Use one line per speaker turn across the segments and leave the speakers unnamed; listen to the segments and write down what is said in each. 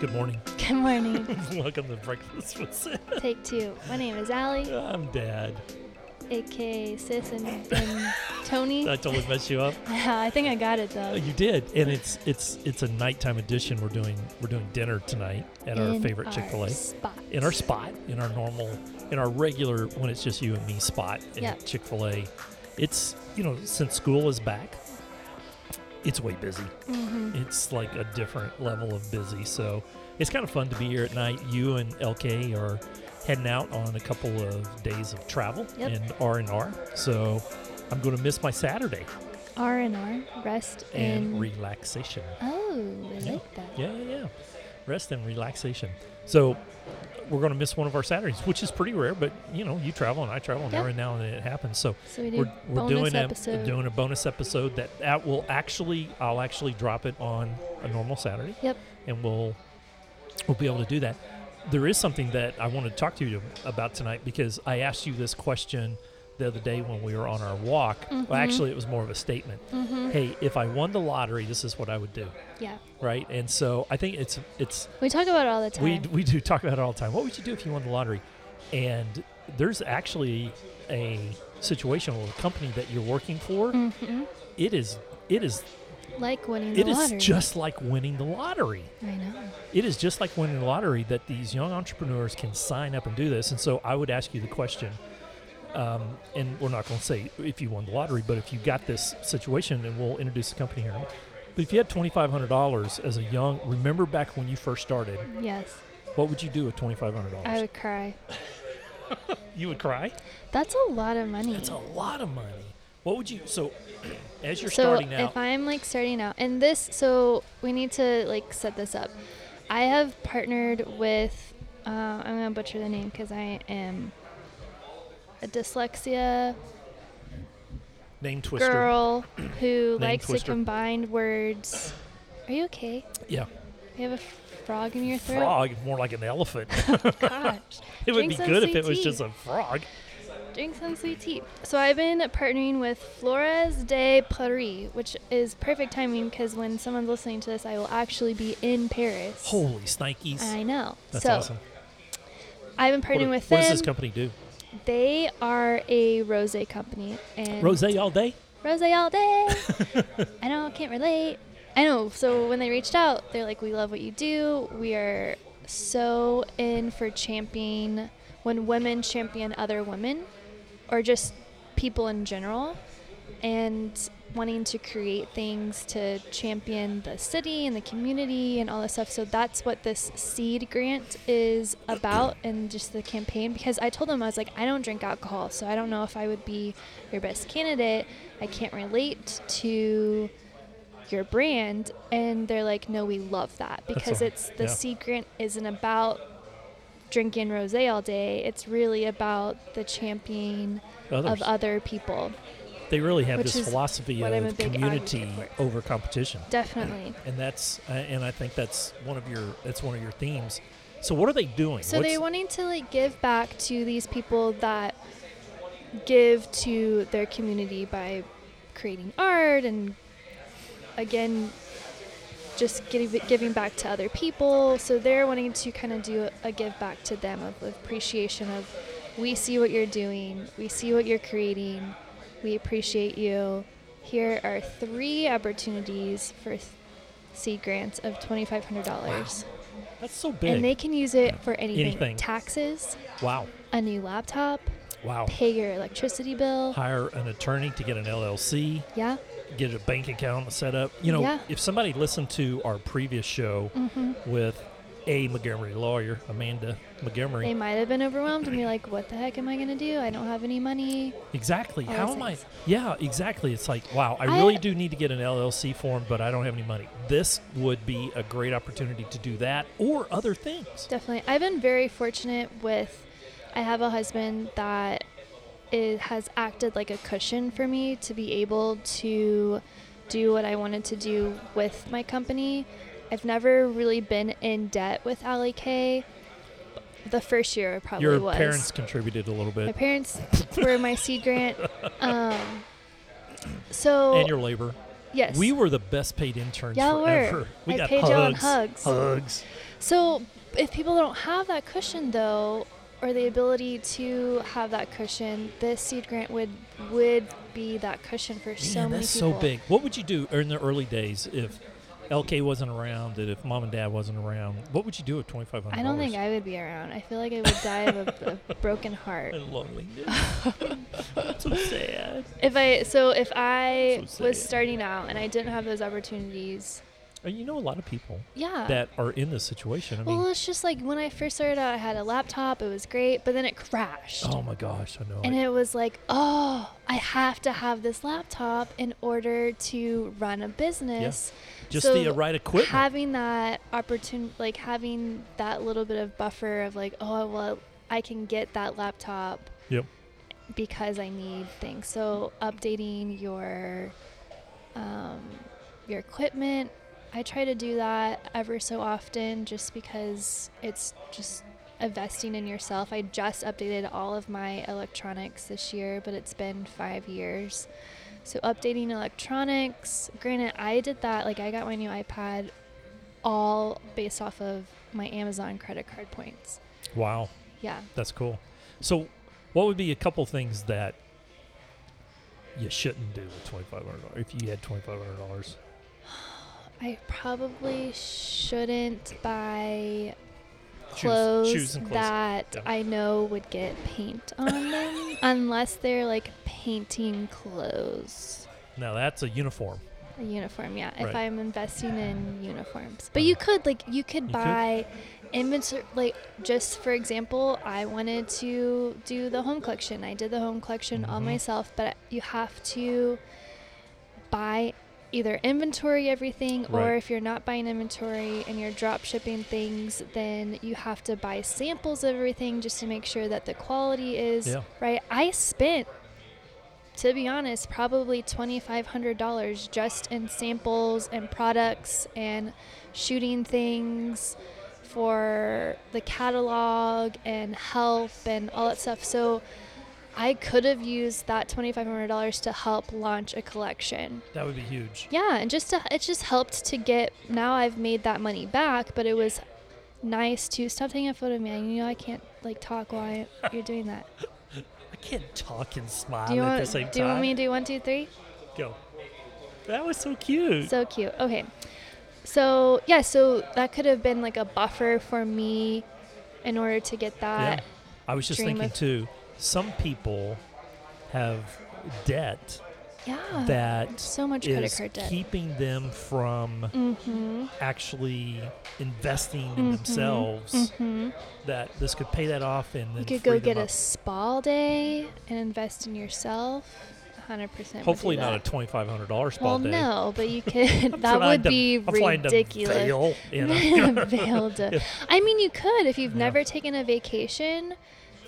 Good morning.
Good morning.
Welcome to Breakfast with Sid.
Take two. My name is Allie,
I'm Dad.
aka Sis and, and Tony.
I totally messed you up.
I think I got it
Uh,
though.
You did, and it's it's it's a nighttime edition. We're doing we're doing dinner tonight at our
In
favorite
our
Chick Fil A
spot.
in our spot in our normal in our regular when it's just you and me spot at
Yeah.
Chick Fil A. It's you know since school is back, it's way busy.
Mhm.
It's like a different level of busy. So it's kind of fun to be here at night. You and LK are heading out on a couple of days of travel
Yep.
and R and R. So I'm going to miss my Saturday
R and R, rest
and
and
relaxation.
oh, I
Yeah.
like that.
Yeah, yeah, yeah. Rest and relaxation. So we're going to miss one of our Saturdays, which is pretty rare. But you know, you travel and I travel, and
Yeah.
every now and then it happens. So
So we did
we're, we're
bonus
doing a
episode.
doing a bonus episode that that will actually I'll actually drop it on a normal Saturday
Yep.
and we'll we'll be able to do that. There is something that I want to talk to you about tonight because I asked you this question the other day when we were on our walk.
Mm-hmm.
Well, actually, it was more of a statement. Hey, if I won the lottery, this is what I would do,
Yeah.
right? And so I think it's it's
We talk about it all the time.
we we do talk about it all the time. What would you do if you won the lottery? And there's actually a situation with a company that you're working for. It is it is
Mm-hmm. like winning
it
Mm. the
is
lottery.
just like winning the lottery
I know.
it is just like winning the lottery that these young entrepreneurs can sign up and do this. And so I would ask you the question, um, and we're not going to say if you won the lottery, but if you got this situation, and we'll introduce the company here. in a minute. But if you had twenty five hundred dollars as a young, remember back when you first started,
Yes.
what would you do with twenty five hundred
I
dollars?
would cry.
You would cry.
That's a lot of money.
That's a lot of money. What would you? So as you're
so
starting out,
if i'm like starting out and this so we need to like set this up i have partnered with uh, i'm gonna butcher the name because i am a dyslexia
name twister.
girl who
Name
likes
twister.
to combine words are you okay
Yeah,
you have a f- frog in your throat
frog, more like an elephant.
gosh
it would
Drink
be
some
good if it was
CT.
just a frog.
Drink some sweet tea. So I've been partnering with Flores de Paris, which is perfect timing because when someone's listening to this, I will actually be in Paris.
Holy snikes!
I know.
That's
so
awesome.
I've been
What,
partnering
do-
with
what
them.
does this company do?
they are a rosé company and
Rosé all day?
rosé all day. I know, can't relate. I know. So when they reached out, they're like, "We love what you do. We are so in for championing when women champion other women, or just people in general, and wanting to create things to champion the city and the community and all this stuff. So that's what this seed grant is about, and just the campaign. Because I told them I was like, I don't drink alcohol, so I don't know if I would be your best candidate. I can't relate to your brand and they're like no we love that because
all-
it's the
yeah.
seed grant isn't about drinking rosé all day it's really about the champion
Others.
of other people
they really have
which
this
is
philosophy
what I'm a
of
big
community
advocate for.
over competition,
definitely
and that's uh, and I think that's one of your that's one of your themes. So what are they doing?
so they're
What's-
wanting to like give back to these people that give to their community by creating art and again just giving giving back to other people so they're wanting to kind of do a give back to them of appreciation of we see what you're doing we see what you're creating we appreciate you here are three opportunities for th- seed grants of $2500
that's so big.
and they can use it for anything.
Anything.
Taxes,
wow,
a new laptop,
wow.
pay your electricity bill.
Hire an attorney to get an LLC,
Yeah.
get a bank account set up. You know,
Yeah.
if somebody listened to our previous show
Mm-hmm.
with a Montgomery lawyer, Amanda Montgomery,
They might have been overwhelmed and be like, what the heck am I going to do? I don't have any money.
Exactly.
All
How
those
am I?
things.
Yeah, exactly. It's like, wow, I,
Oh, I-
really do need to get an LLC form, but I don't have any money. This would be a great opportunity to do that or other things.
Definitely. I've been very fortunate with, I have a husband that it has acted like a cushion for me to be able to do what I wanted to do with my company. I've never really been in debt with Ally K. the first year I probably
Your
was.
parents contributed a little
My
bit,
parents were my seed grant. Um, so
and your labor.
yes,
We were the best paid interns
Y'all were.
forever. We
I
got
paid
hugs.
y'all in hugs.
Hugs.
So if people don't have that cushion though, or the ability to have that cushion, this seed grant would would be that cushion for so
Man,
many
that's
people.
so big. What would you do in the early days if LK wasn't around, and if mom and dad wasn't around? What would you do with twenty five hundred?
I don't think I would be around. I feel like I would die of a, a broken heart.
Loneliness. so sad.
If I so if I
So
was
sad.
starting out and I didn't have those opportunities,
And you know a lot of people
yeah.
that are in this situation. I mean,
Uh, well, it's just like when I first started out, I had a laptop. It was great, but then it crashed.
oh my gosh, I know.
And
it.
it was like, oh, I have to have this laptop in order to run a business.
Just the
so
right equipment.
Having that opportunity, like having that little bit of buffer of like, oh, well, I can get that laptop
yep.
because I need things. So updating your um, your equipment, I try to do that ever so often, just because it's just investing in yourself. I just updated all of my electronics this year, but it's been five years. So updating electronics. Granted, I did that. Like I got my new iPad, all based off of my Amazon credit card points.
Wow.
Yeah.
That's cool. So, what would be a couple things that you shouldn't do with twenty five hundred dollars if you had twenty five hundred dollars?
I probably shouldn't buy
Shoes-
clothes,
shoes and clothes.
that
Yeah.
I know would get paint on them unless they're like painting clothes.
Now that's a uniform.
A uniform, yeah.
Right. Uh-huh.
If I'm investing in uniforms. But you could like you
You
could
could.
buy inventory like just for example, I wanted to do the home collection. I did the home collection all
Mhm.
myself, but you have to buy either inventory everything or
Right.
if you're not buying inventory and you're drop shipping things then you have to buy samples of everything just to make sure that the quality is
Yeah.
right i spent to be honest probably $2500 just in samples and products and shooting things for the catalog and health and all that stuff so i could have used that $2500 to help launch a collection
That would be huge.
yeah, and just to, it just helped to get. Now I've made that money back, but it was nice to stop taking a photo of me. I- You know I can't like talk while you're doing that.
I can't talk and smile
Do you
at
want?
the same
do you
time.
want me to do one, two, three?
Go. That was so cute.
So cute. Okay. So yeah, so that could have been like a buffer for me, in order to get that.
yeah. I was just
uh, dream
thinking
of-
too. Some people have debt
Yeah.
that
Uh, so much credit
is
card debt.
keeping them from
mm-hmm.
actually investing in themselves.
Mm-hmm.
That this could pay that off, and then
You could
free
go
them
get
up.
a spa day and invest in yourself. 100% would do
Hopefully not
that.
a twenty five hundred dollars spa
Well,
day.
no, but you could.
I'm
that
flying
would
to-
be
I'm flying to
ridiculous.
Vail, you know?
Veiled. I mean, you could if you've
Yeah.
never taken a vacation,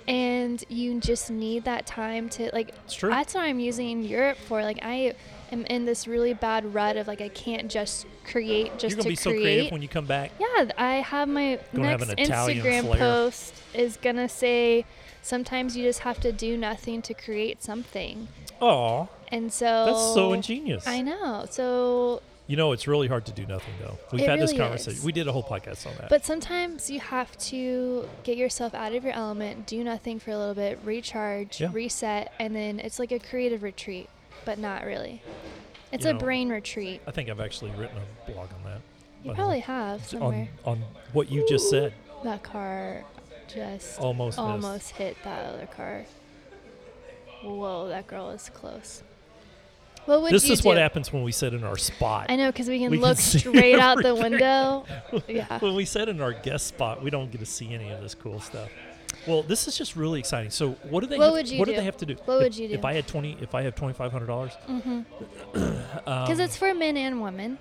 and you just need that time to like.
It's true.
That's what I'm using Europe for. Like I am in this really bad rut of like I can't just create
You're
just
gonna
to
be so
create.
creative when you come back.
yeah, th- I have my
Gonna have
next
an Italian
Instagram
flair.
post is gonna say. Sometimes you just have to do nothing to create something,
Oh,
and so
that's so ingenious.
Oh, I know. So
You know, it's really hard to do nothing though. We've
It
had this
really
conversation.
is.
We did a whole podcast on that.
But sometimes you have to get yourself out of your element, do nothing for a little bit, recharge,
Yeah.
reset, and then it's like a creative retreat, but not really. It's
You
a
know,
brain retreat.
I think I've actually written a blog on that. but,
You
uh,
probably have
It's On
somewhere.
on what you just said.
that car just
Almost missed.
almost hit that other car. Whoa, that girl is close. What would
This
you
is what
do?
happens when we sit in our spot.
I know, because we can
We can
look
see
straight out the
everything.
window. yeah.
when we sit in our guest spot, we don't get to see any of this cool stuff. Well, this is just really exciting. So, what do they?
What
have,
would you
what do
do?
they have to do?
What
if,
would you do?
If I had twenty, if I have twenty five hundred dollars, Uh, um,
Mm-hmm. Because it's for men and women.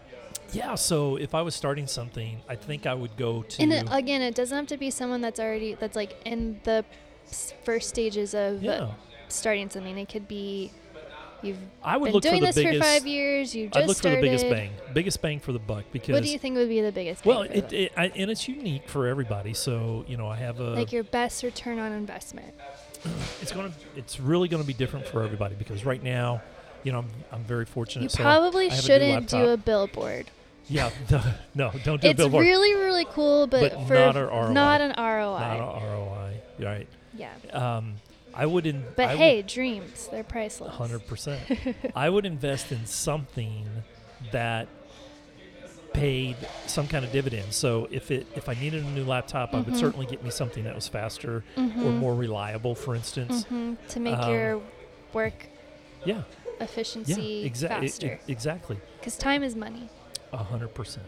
yeah. So, if I was starting something, I think I would go to.
And it, again, it doesn't have to be someone that's already that's like in the s- first stages of
yeah,
starting something. It could be You've
I would
been
look
doing
for the
this
biggest.
for five years. You just
I'd look
started.
for the biggest bang, biggest bang for the buck because
What do you think would be the biggest? bang
well,
for
it, uh,
the-
it I, and it's unique for everybody. So you know, I have a
like your best return on investment.
it's going to it's really going to be different for everybody because right now, you know, I'm, I'm very fortunate.
You
so
probably
I have a new
shouldn't do a
laptop.
billboard.
yeah no, no don't do a
it's
billboard
really really cool, but,
But
for
not a ROI.
not an ROI.
not a ROI right.
yeah,
Um, I would in
but
I would-
hey, dreams they're priceless.
Hundred percent. I would invest in something that paid some kind of dividend. So if it if I needed a new laptop, I would
Mhm.
certainly get me something that was faster or
Mhm.
more reliable. For instance,
Mhm, to make
Um,
your work
yeah, yeah,
efficiency
exactly,
Mm-hmm. faster
exactly,
because time is money.
hundred percent.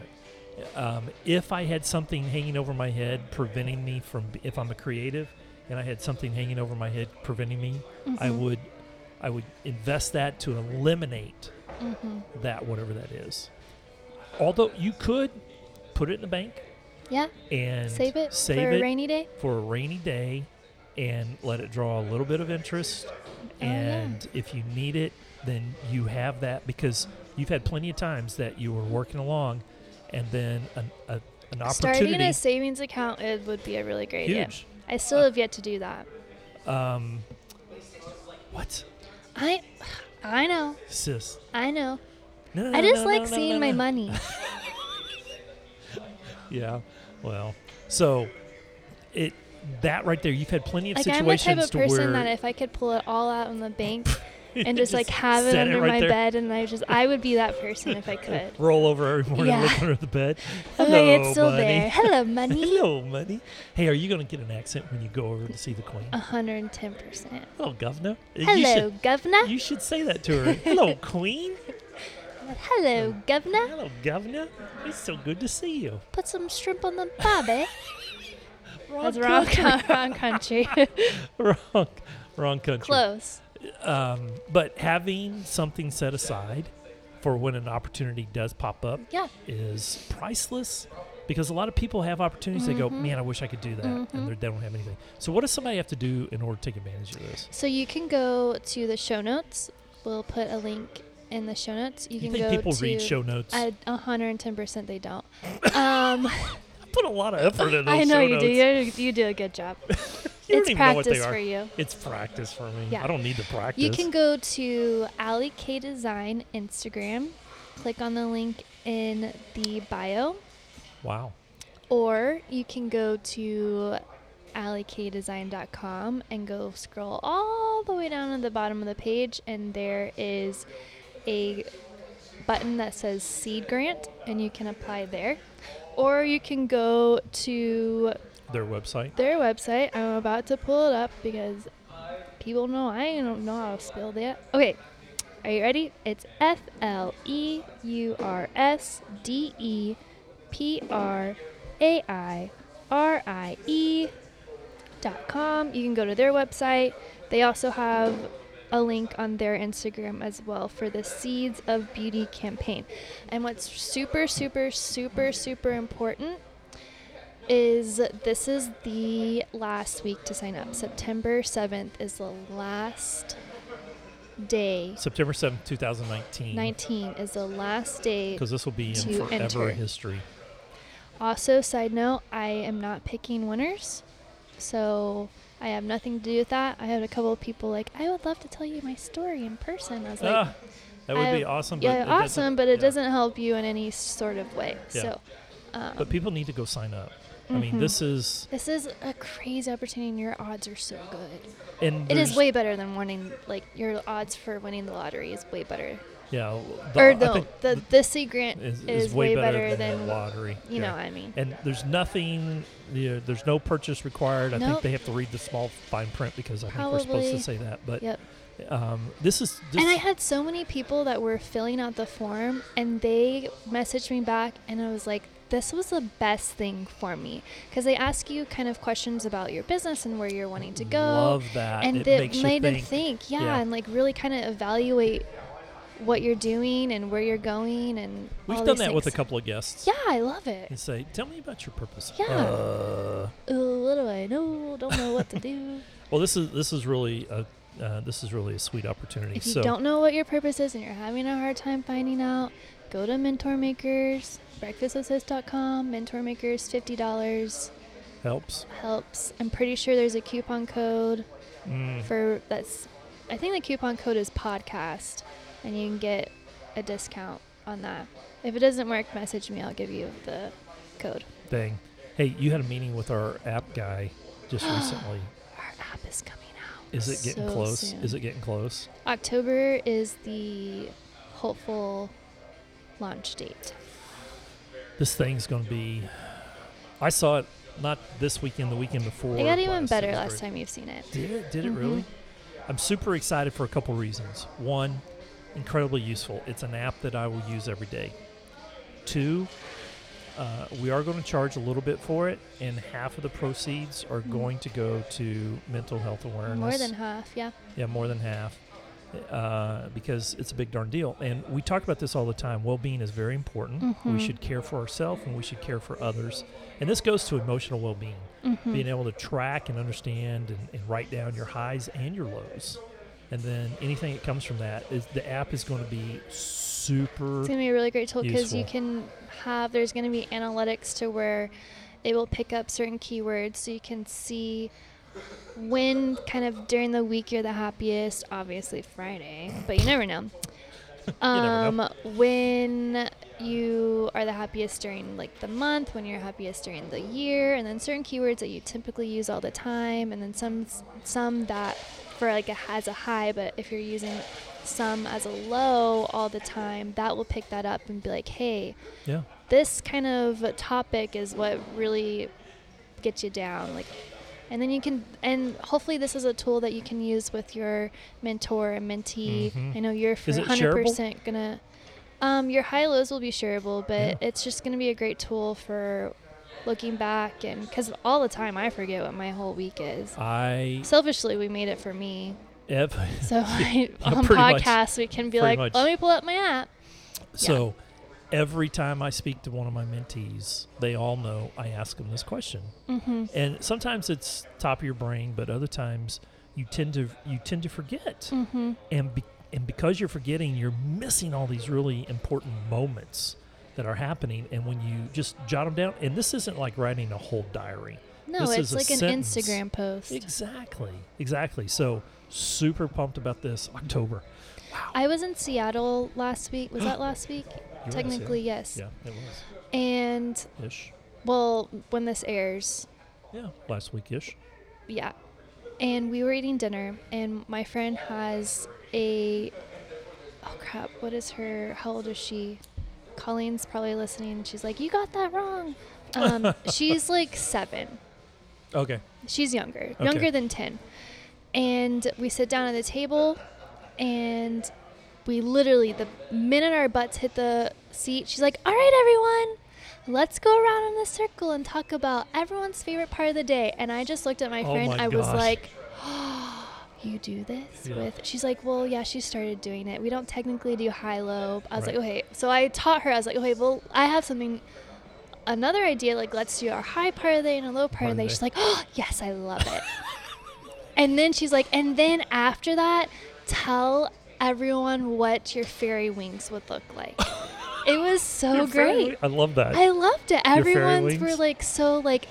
Um, if I had something hanging over my head preventing me from, if I'm a creative, and I had something hanging over my head preventing me, I
Mhm,
would, I would invest that to eliminate
mhm.
that whatever that is. Although you could put it in the bank
Yeah,
and
save it
save
for
it
a rainy day.
for a rainy day and let it draw a little bit of interest
Oh, yeah.
and if you need it then you have that because you've had plenty of times that you were working along and then an, a, an opportunity
Starting a savings account it would be a really great idea.
huge Uh,
I still have yet to do that.
um what
I, I know,
sis
I know.
no, no,
I
no,
just
no,
like
no, no, no,
seeing my
no.
money.
yeah well so it that right there you've had plenty of
Like I'm the
situations
type of
to
person
where
that if I could pull it all out in the bank and
You
just like have it
set
under
right
my
there.
bed, and I just I would be that person if I could.
Roll over every morning,
Yeah.
look under the bed.
Okay, it's
Hello,
still
money.
there. Hello, money.
Hello, money. Hey, are you going to get an accent when you go over to see the queen?
hundred and ten percent.
Hello, governor. Uh, You
Uh, Hello,
should,
governor.
you should say that to her. Hello, queen.
Hello,
Mm.
governor.
Hello, governor. It's so good to see you.
Put some shrimp on the barbie.
Wrong
That's wrong,
country.
co- wrong country.
wrong, wrong country.
Close.
Um, but having something set aside for when an opportunity does pop up
Yeah.
is priceless because a lot of people have opportunities they go
Mhm.
man i wish i could do that
Mhm.
and they're- they don't have anything so what does somebody have to do in order to take advantage of this
So you can go to the show notes. We'll put a link in the show notes. You,
you,
can
think
go
people
to
read show notes
I- a hundred and ten percent they don't. Um,
I put a lot of effort in those
I know
show
you
notes.
do. You, you do a good job.
You don't
it's
even know what they
practice
are.
for you.
it's practice for me
Yeah.
i don't need to practice
You can go to Allie K Design Instagram, click on the link in the bio,
wow
or you can go to allykdesign.com and go scroll all the way down to the bottom of the page, and there is a button that says Seed Grant, and you can apply there. Or you can go to
their website
their website. I'm about to pull it up because people know I don't know how to spell that. Okay, are you ready? It's F L E U R S D E P R A I R I E dot com. You can go to their website. They also have a link on their Instagram as well for the Seeds of Beauty campaign. And what's super, super, super, super important is this is the last week to sign up. September 7th is the last day.
september seventh, two 2019
19 is the last day.
because this will be in
To
forever
enter.
history
Also, side note, I am not picking winners. So I have nothing to do with that. I had a couple of people like, I would love to tell you my story in person. I was like,
ah, that would
I-
be awesome
yeah,
but it
awesome, but it
yeah.
doesn't help you in any sort of way.
Yeah.
So, um,
but people need to go sign up i mean
Mhm.
this is
this is a crazy opportunity, and your odds are so good.
and
It is
there's-
way better than winning. Like your odds for winning the lottery is way better.
yeah
or
I
no,
think
the the sea grant
is,
is,
is way, better, than,
than,
the lottery.
you
yeah.
know. what I mean,
And there's nothing, you know, there's no purchase required. I think
Nope.
they have to read the small fine print because I think we're supposed to
Probably.
say that. But
yep.
um, this is this,
And I had so many people that were filling out the form, and they messaged me back, and I was like, "This was the best thing for me," because they ask you kind of questions about your business and where you're wanting to go.
Love that.
and
it
that
makes
made
you
them
think.
think yeah,
Yeah.
and like really kind of evaluate what you're doing and where you're going and
We've
all
done
these
that with a
things.
couple of guests.
yeah i love it
And say, tell me about your purpose.
Yeah.
Uh,
Ooh, what do i know don't know what to do
well, this is this is really a uh, this is really a sweet opportunity.
If you
so
don't know what your purpose is and you're having a hard time finding out, go to Mentor Makers, breakfastwithhis.com, Mentor Makers, $50
helps.
helps. I'm pretty sure there's a coupon code
Mm,
for that's, I think the coupon code is podcast, and you can get a discount on that. If it doesn't work, message me, I'll give you the code.
dang. Hey, you had a meeting with our app guy just recently.
Our app is coming out.
Is it getting
so
close?
soon.
Is it getting close?
October is the hopeful launch date.
This thing's going to be. I saw it not this weekend, the weekend before.
It got even
last.
better
was
last
great.
time you've seen it.
Did it? Did it
Mhm.
really? I'm super excited for a couple reasons. One, incredibly useful. It's an app that I will use every day. Two, uh, we are going to charge a little bit for it, and half of the proceeds are
Mm.
going to go to mental health awareness.
More than half, yeah.
Yeah, more than half, uh, because it's a big darn deal. And we talk about this all the time. Well-being is very important. We
Mhm.
should care for ourselves, and we should care for others. And this goes to emotional well-being,
Hmm. Mm-hmm.
being able to track and understand and, and write down your highs and your lows. And then anything that comes from that is the app is going to be super.
It's gonna be a really great tool because you
useful.
can have there's gonna be analytics to where it will pick up certain keywords so you can see when kind of during the week you're the happiest, obviously Friday, but you never know.
never
Um,
know.
when you are the happiest during like the month, when you're happiest during the year, and then certain keywords that you typically use all the time, and then some some that for like a as a high, but if you're using some as a low all the time, that will pick that up and be like, hey,
Yeah.
this kind of topic is what really gets you down like and then you can and hopefully this is a tool that you can use with your mentor and mentee
Mhm.
i know you're for
Is it
100% gonna um, your high lows will be shareable but
Yeah.
it's just gonna be a great tool for looking back and because all the time i forget what my whole week is
I
selfishly we made it for me
ev-
so I,
yeah,
on
pretty much.
podcast we can be
Pretty
like
much.
let me pull up my app
So every time I speak to one of my mentees, they all know I ask them this question.
mm-hmm.
And sometimes it's top of your brain, but other times you tend to you tend to forget.
Mm-hmm.
And be, and because you're forgetting, you're missing all these really important moments that are happening and when you just jot them down and this isn't like writing a whole diary.
no
This
it's
is a
like an
sentence.
instagram post
Exactly. Exactly. So super pumped about this October. Wow.
I was in Seattle last week. Was that last week?
You were in Seattle?
Technically, yes.
Yeah, it was.
And
Ish.
well, when this airs,
Yeah, last week ish.
yeah. And we were eating dinner, and my friend has a. Oh crap! What is her? How old is she? Colleen's probably listening. She's like, "You got that wrong." Um, she's like seven.
Okay.
She's younger,
Okay.
younger than 10. And we sit down at the table, and we literally, the minute our butts hit the seat, she's like, All right, everyone, let's go around in a circle and talk about everyone's favorite part of the day. And I just looked at my
Oh
friend,
my
I was
gosh.
like, You do this
Yeah.
with? She's like, Well, yeah, she started doing it. We don't technically do high low. I was
Right.
like, Okay. So I taught her, I was like, Okay, well, I have something another idea, like let's do our high part of the day and a low part of the day.
Monday.
She's like, oh, yes, I love it. and then she's like, and then after that, tell everyone what your fairy wings would look like. it was so
Your fairy
"Oh,
wi-
great.
I love that.
I loved it.
Your fairy
Everyone's were
wings?
like so like.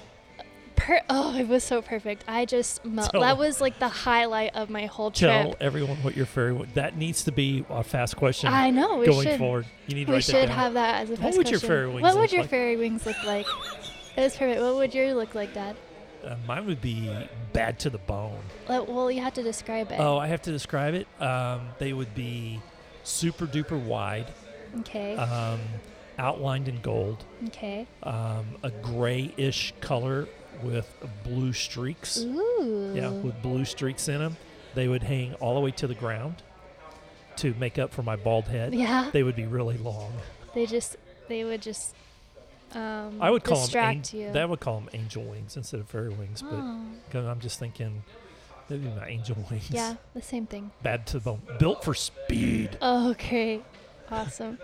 Per- oh, it was so perfect. I just melt.
Tell-
That was like the highlight of my whole trip.
Tell everyone what your fairy. Wi- that needs to be a fast question.
I know, we
going
should.
forward, you need to
We
write that
should
down.
have that as a first
would your
question.
fairy wings
What would
look
your
like?
fairy wings look like? It was perfect. What would your look like, Dad?
Uh, mine would be bad to the bone.
Like, well, you have to describe it.
Oh, I have to describe it. Um, they would be super duper wide,
Okay.
um, outlined in gold,
okay.
um, a grayish color with blue streaks.
Ooh.
Yeah, with blue streaks in them. They would hang all the way to the ground to make up for my bald head.
Yeah. They,
They would be really long.
just they would just um
I would call
distract
them.
you.
An- that would call them angel wings instead of fairy wings, but
oh,
'Cause I'm just thinking, that'd be my angel wings.
yeah, the same thing.
Bad to the bone. Built for speed.
Oh, great. Awesome.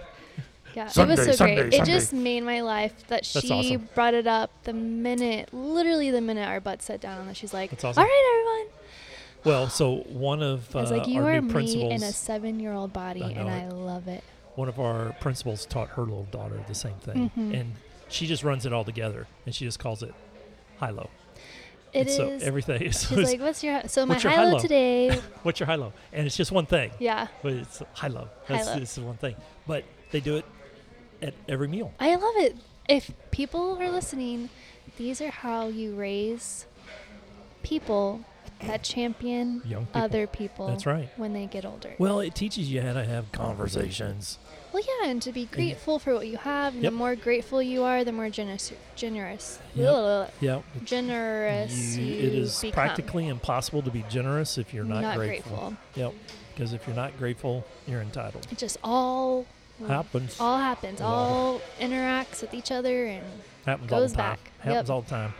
Yeah, it
Sunday,
was so
Sunday,
great. It
Sunday.
just made my life that she
awesome.
brought it up the minute, literally the minute our butt sat down, and she's like,
That's awesome.
"All right, everyone,
Well, so one of
I
uh,
was like, you
our new
are me in a
principals,
seven-year-old body,
I
and
know
I
it.
love it.
one of our principals taught her little daughter the same thing,
Mhm.
and she just runs it all together, and she just calls it high low.
It
and
is.
so everything is
she's like, "What's your hi- so my
what's your
high low
high-low?"
today?"
what's your high low, and it's just one thing,
yeah,
but it's high low. That's
High-low.
this is one thing, but they do it at every meal.
I love it. If people are listening, these are how you raise people that champion
Young people.
other people.
That's right.
When they get older.
Well, it teaches you how to have conversations.
Well, yeah, and to be grateful for what you have. And
Yep.
The more grateful you are, the more generous, generous,
Yep.
Ugh.
Yeah,
generous you,
you- it is
become.
practically impossible to be generous if you're not,
Not
grateful.
grateful.
Yep, because if you're not grateful, you're entitled.
It just all
Happens.
Mm. all happens,
Wow.
all interacts with each other, and
happens all
goes
the time.
back.
Happens
Yep.
all the time.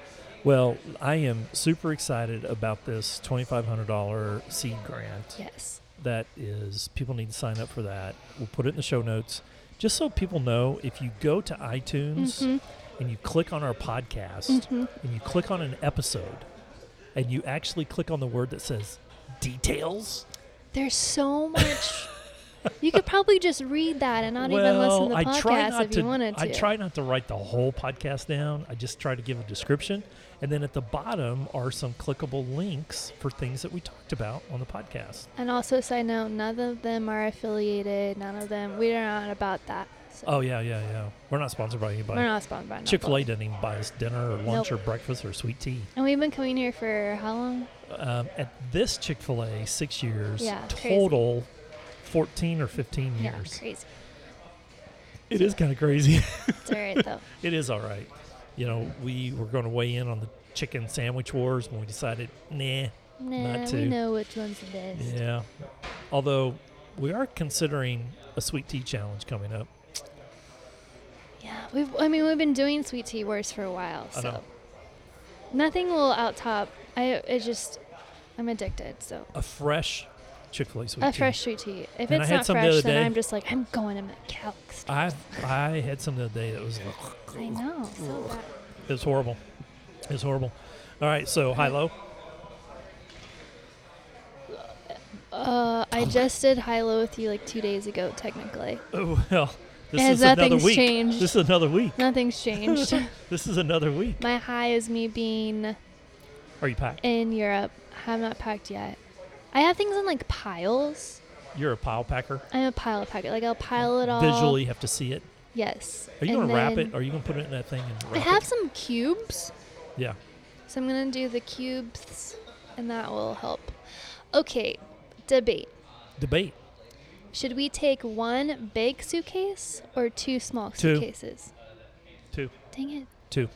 Well, I am super excited about this $2,500 seed grant.
yes,
That is, people need to sign up for that. We'll put it in the show notes. Just so people know, if you go to iTunes
Mhm.
and you click on our podcast
Mhm.
and you click on an episode and you actually click on the word that says details,
there's so much. you could probably just read that and not even listen
well,
to the
I try
podcast
not
if
to.
you wanted to.
I try not to write the whole podcast down. I just try to give a description, and then at the bottom are some clickable links for things that we talked about on the podcast.
And also, side note: none of them are affiliated. None of them. We're not about that. So
Oh yeah, yeah, yeah. We're not sponsored by
we're
anybody.
not sponsored by.
Chick Fil A
Nobel.
doesn't even buy us dinner or lunch or breakfast or sweet tea.
And we've been coming here for how long?
Um, at this Chick Fil A, six years
Yeah, crazy.
total, fourteen or fifteen
Yeah,
years.
crazy.
it is kind of crazy.
It's all right though.
It is all right. You know, we were going to weigh in on the chicken sandwich wars when we decided, nah,
Nah,
Not
we
too.
know which one's the best.
yeah. Although we are considering a sweet tea challenge coming up.
Yeah, we've. I mean, we've been doing sweet tea wars for a while,
I
so
know.
nothing will out top. I. It just. I'm addicted. So
A fresh Chick Fil A sweet
a
tea.
fresh sweet tea. If
And I
it's
had
not
some the other
fresh, then
day.
I'm just like I'm going. I'm not calxed.
I I had some the other day that was
I
like,
know. So bad.
it was horrible. It was horrible. All right, so high low.
Uh, I just did high low with you like two days ago, technically.
Oh, well, this
Has
is another
nothing's
week.
changed.
This is another week.
Nothing's changed.
This is another week.
My high is me being
Are you packed?
in Europe. I'm not packed yet. I have things in like piles.
You're a pile packer.
I'm a pile of packet. Like I'll pile it all.
Visually, you have to see it.
Yes.
Are you
And
gonna wrap
then
it? Are you gonna put it in that thing and wrap
I have
it?
some cubes,
Yeah.
so I'm gonna do the cubes, and that will help. Okay, debate.
Debate.
Should we take one big suitcase or two small
Two.
suitcases?
Two.
Dang it.
Two.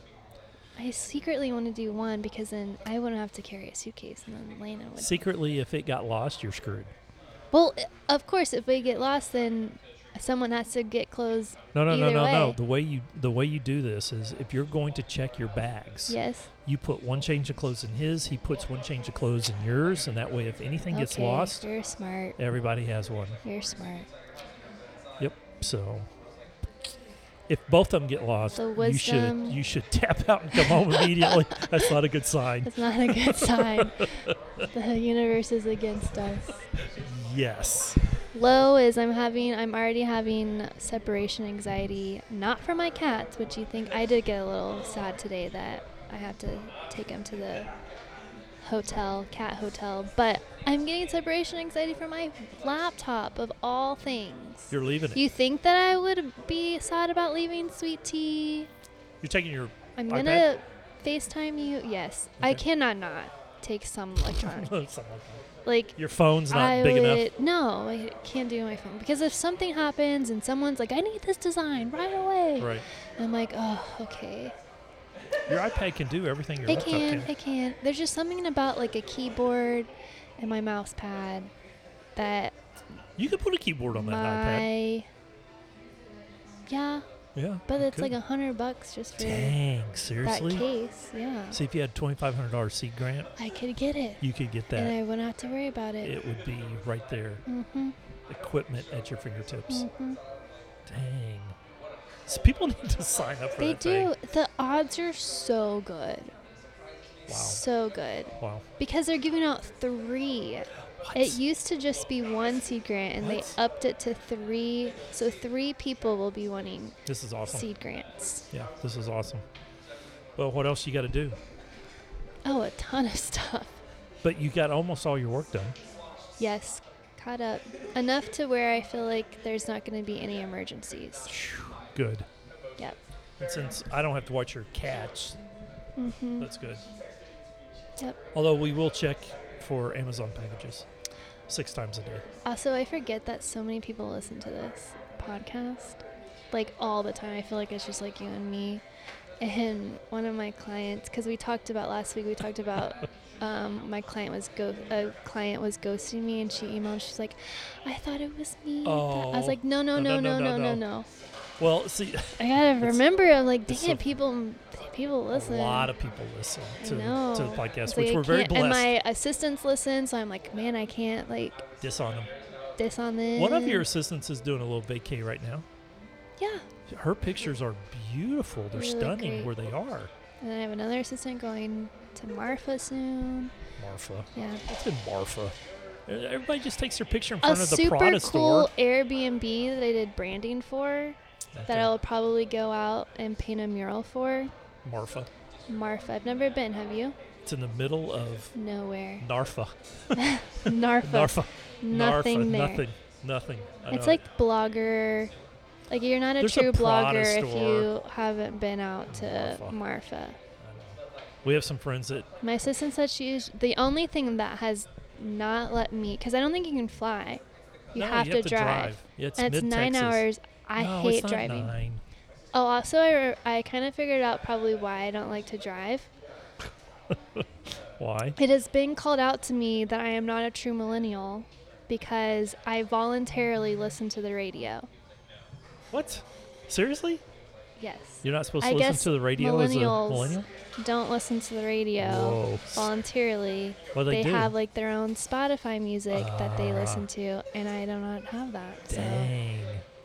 I secretly want to do one because then I wouldn't have to carry a suitcase and then Lena would.
Secretly, if it got lost, you're screwed.
well, i- of course, if we get lost, then someone has to get clothes.
No, no, no,
Either
no, no.
way.
The way you the way you do this is if you're going to check your bags,
Yes.
you put one change of clothes in his, he puts one change of clothes in yours, and that way, if anything gets
Okay,
lost,
You're smart.
everybody has one.
You're smart.
Yep. So. If both of them get lost,
The
you should
wisdom-
you should tap out and come home immediately. That's not a good sign.
That's not a good sign. The universe is against us.
Yes.
Low is I'm having I'm already having separation anxiety, not for my cats, which you think I did get a little sad today that I have to take them to the hotel, cat hotel, but I'm getting separation anxiety for my laptop of all things.
You're leaving it.
you think that I would be sad about leaving Sweet Tea?
You're taking your
I'm
iPad?
gonna FaceTime you. Yes, I
Okay.
cannot not take some electronic.
Something like that.
like
Your phone's not
I
big
would,
enough.
No, I can't do it on my phone because if something happens and someone's like, "I need this design right away,"
Right.
I'm like, "Oh, okay."
Your iPad can do everything your
I
laptop
can,
can.
I can. There's just something about like a keyboard and my mouse pad that
You could put a keyboard on that iPad.
my yeah,
Yeah.
but
you
it's like
could.
a hundred bucks just for
Dang,
that
seriously?
case. Yeah,
See, if you had $2,500 seed grant,
I could get it,
you could get
and
that.
I wouldn't have to worry about it.
It would be right there.
Mm-hmm.
Equipment at your fingertips.
Mm-hmm.
Dang. So people need to sign up for
They
that thing.
do. The odds are so good. So good.
Wow.
Because they're giving out three.
What?
It used to just be one seed grant, and
What?
they upped it to three. So three people will be wanting
this is awesome.
seed grants.
Yeah, this is awesome. Well, what else you got to do?
Oh, a ton of stuff.
But you got almost all your work done.
Yes, caught up enough to where I feel like there's not going to be any emergencies.
Phew, Good.
Yep.
And since I don't have to watch your cats,
hmm
that's good.
Yep.
Although we will check for Amazon packages six times a day.
Also, I forget that so many people listen to this podcast, like all the time. I feel like it's just like you and me, and one of my clients. Because we talked about last week, we talked about um, my client was go a client was ghosting me, and she emailed. She's like, "I thought it was me." I
Oh.
was like, "No, no, no, no, no, no, no."
Well, see,
I gotta
It's-
remember. I'm like,
it's
"Dang
a-
it, people, people listen."
a lot of people listen
I
to,
know.
to the
It's
podcast,
like,
which
I
we're very
can't-
blessed.
And my assistants listen, so I'm like, man, I can't like
Diss on them.
diss on them.
One of your assistants is doing a little vacay right now.
Yeah.
Her pictures are beautiful. They're
Really
stunning
great.
where they are.
And I have another assistant going to Marfa soon.
Marfa.
Yeah.
It's in Marfa. E-, Everybody just takes their picture in
A
front of the
super
Prada
cool
store.
Airbnb that I did branding for that
Okay.
I'll probably go out and paint a mural for.
Marfa.
Marfa. I've never been, have you?
It's in the middle of
Nowhere.
Narfa.
Narfa.
Narfa.
Nothing
Narfa.
there.
Nothing. Nothing. I
It's
know.
like blogger. Like you're not a
There's a
true
Prada
blogger if
store.
you haven't been out to
Marfa.
Marfa.
I know. We have some friends that
My assistant said she used the only thing that has not let me because I don't think you can fly. You
no,
have
you
to,
have
drive.
Yeah, it's,
and it's
mid
nine
Texas.
hours. I
No,
hate
it's not
driving.
Nine.
Oh, also, I, re- I kind of figured out probably why I don't like to drive.
Why?
It has been called out to me that I am not a true millennial because I voluntarily listen to the radio.
What? Seriously?
Yes.
You're not supposed
I
to listen
guess
to the radio as a
millennials
millennial?
Don't listen to the radio
Whoa.
voluntarily.
Well, they,
they
do.
have like their own Spotify music that they
Ah.
listen to, and I do not have that. So.
Dang.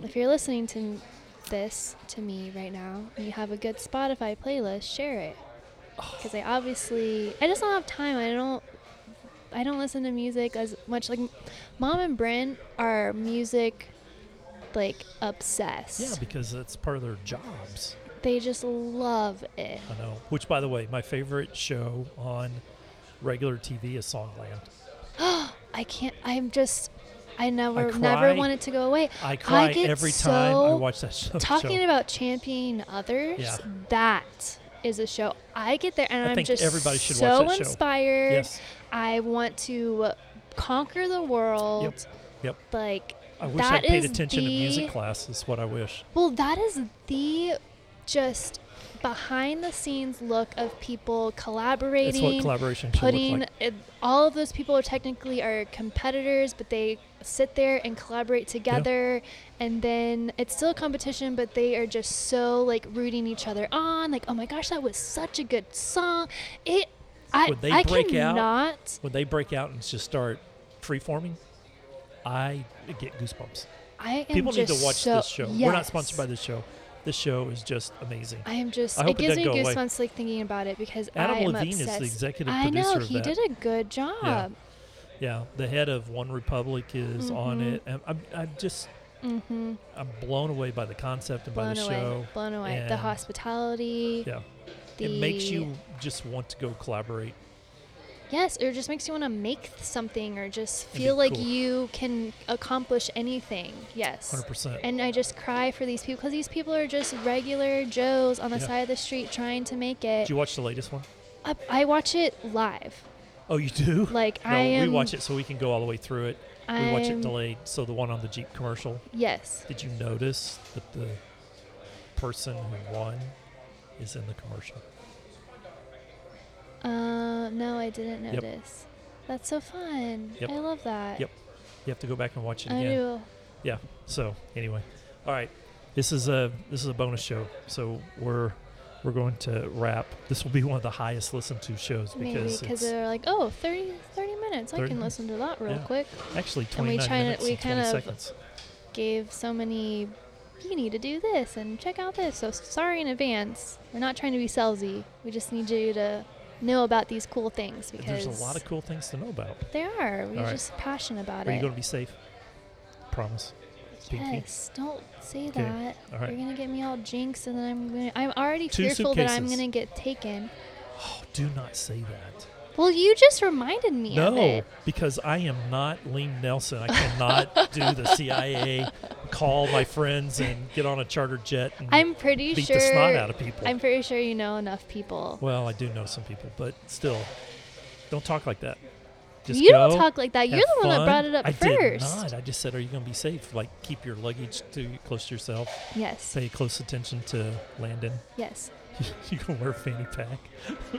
If you're listening to m- this to me right now, and you have a good Spotify playlist, share it.
Oh.
Because I obviously, I just don't have time. I don't, I don't listen to music as much. Like, mom and Brent are music, like obsessed.
Yeah, because that's part of their jobs.
They just love it.
I know. Which, by the way, my favorite show on regular TV is Songland.
I can't. I'm just. I never,
cry.
never want it to go away.
I cry
get
every time I
so
watch that show.
Talking
show.
about championing others,
Yeah.
that is a show. I get there and
I
am
think
just
everybody should watch
so
that show.
inspired.
yes,
I want to conquer the world.
Yep.
Like,
I wish I
that
paid
is
attention to music
the-
class. That's what I wish.
well, that is the just behind the scenes look of people
That's what
collaborating,
collaboration should
putting
look like.
it, all of those people are technically are competitors, but they sit there and collaborate together, and then it's still a competition, but they are just so like rooting each other on. Like, oh my gosh, that was such a good song. It, I,
Would they
I
break out?
cannot.
When they break out and just start freeforming, I get goosebumps.
I am
People need to
just
watch
so-
this show. We're not sponsored
yes.
by this show. This show is just amazing.
I am just.
I hope
it
it
gives me
doesn't go away.
goosebumps like thinking about it because I
Adam
am
Levine
obsessed.
is the executive
I
producer
know
of
he
that.
did a good job.
Yeah, the head of One Republic is on
Mhm.
it. And I'm, I'm just
Mm-hmm.
I'm blown away by the concept and by
Blown
the
away.
show.
Blown away.
and-
the hospitality.
Yeah.
The,
It makes you just want to go collaborate.
Yes, or just makes you want to make something, or just
be
feel like
cool.
you can accomplish anything. Yes.
100%.
And I just cry for these people because these people are just regular Joes on the
Yeah.
side of the street trying to make it.
Did you watch the latest one?
I, I watch it live.
Oh, you do?
Like
no,
I am.
we watch it so we can go all the way through it. We watch it
I'm-
delayed. So the one on the Jeep commercial,
Yes.
did you notice that the person who won is in the commercial?
Uh, no, I didn't
Yep.
notice. That's so fun.
Yep.
I love that.
Yep. You have to go back and watch it
I
again.
do.
yeah so anyway all right this is a this is a bonus show so we're we're going to wrap this will be one of the highest listened to shows
Maybe
because
because
it's
they're like, oh, 30, 30 minutes. I
30
can listen to that real
Yeah.
quick.
actually
and we
29
try to-
minutes
we
and 20
kind of-
seconds
Gave so many. You need to do this and check out this. So sorry in advance. We're not trying to be salesy. We just need you to know about these cool things because
There's a lot of cool things to know about.
there are. We're
All right.
just passionate about
Are you
it.
going to be safe? Promise. Pinky?
Yes, don't say
Okay,
that.
all right.
You're gonna get me all jinxed, and then I'm gonna. I'm already
Two
fearful that I'm
suitcases.
gonna get taken.
Oh, do not say that.
Well, you just reminded me of
No,
it.
because I am not Liam Nelson. I cannot do the CIA, call my friends, and get on a charter jet and
I'm pretty
beat
sure.
the snot out of people.
I'm pretty sure you know enough people.
well, I do know some people, but still, don't talk like that. Just
you
go,
don't talk like that. You're
have
the one that
fun.
brought it up
I did
first.
not. I just said, "Are you going to be safe? Like, keep your luggage to close to yourself.
Yes.
Pay close attention to Landon.
Yes.
you can wear a fanny pack.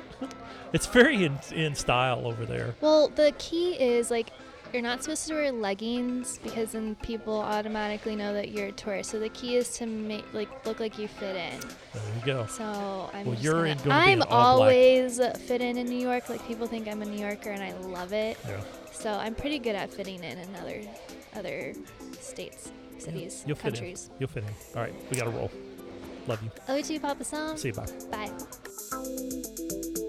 it's very in, in style over there.
Well, the key is like you're not supposed to wear leggings because then people automatically know that you're a tourist. So the key is to make like look like you fit in.
There you go.
So I'm
Well,
just
you're
gonna-
in- gonna be
I'm
an all black.
always fit in in New York. Like people think I'm a New Yorker and I love it.
Yeah.
So I'm pretty good at fitting in in other other states, cities,
You'll fit in.
countries.
You'll fit in. All right, we got to roll. Love you.
Love you too, Papa Sam.
See you. Bye.
Bye.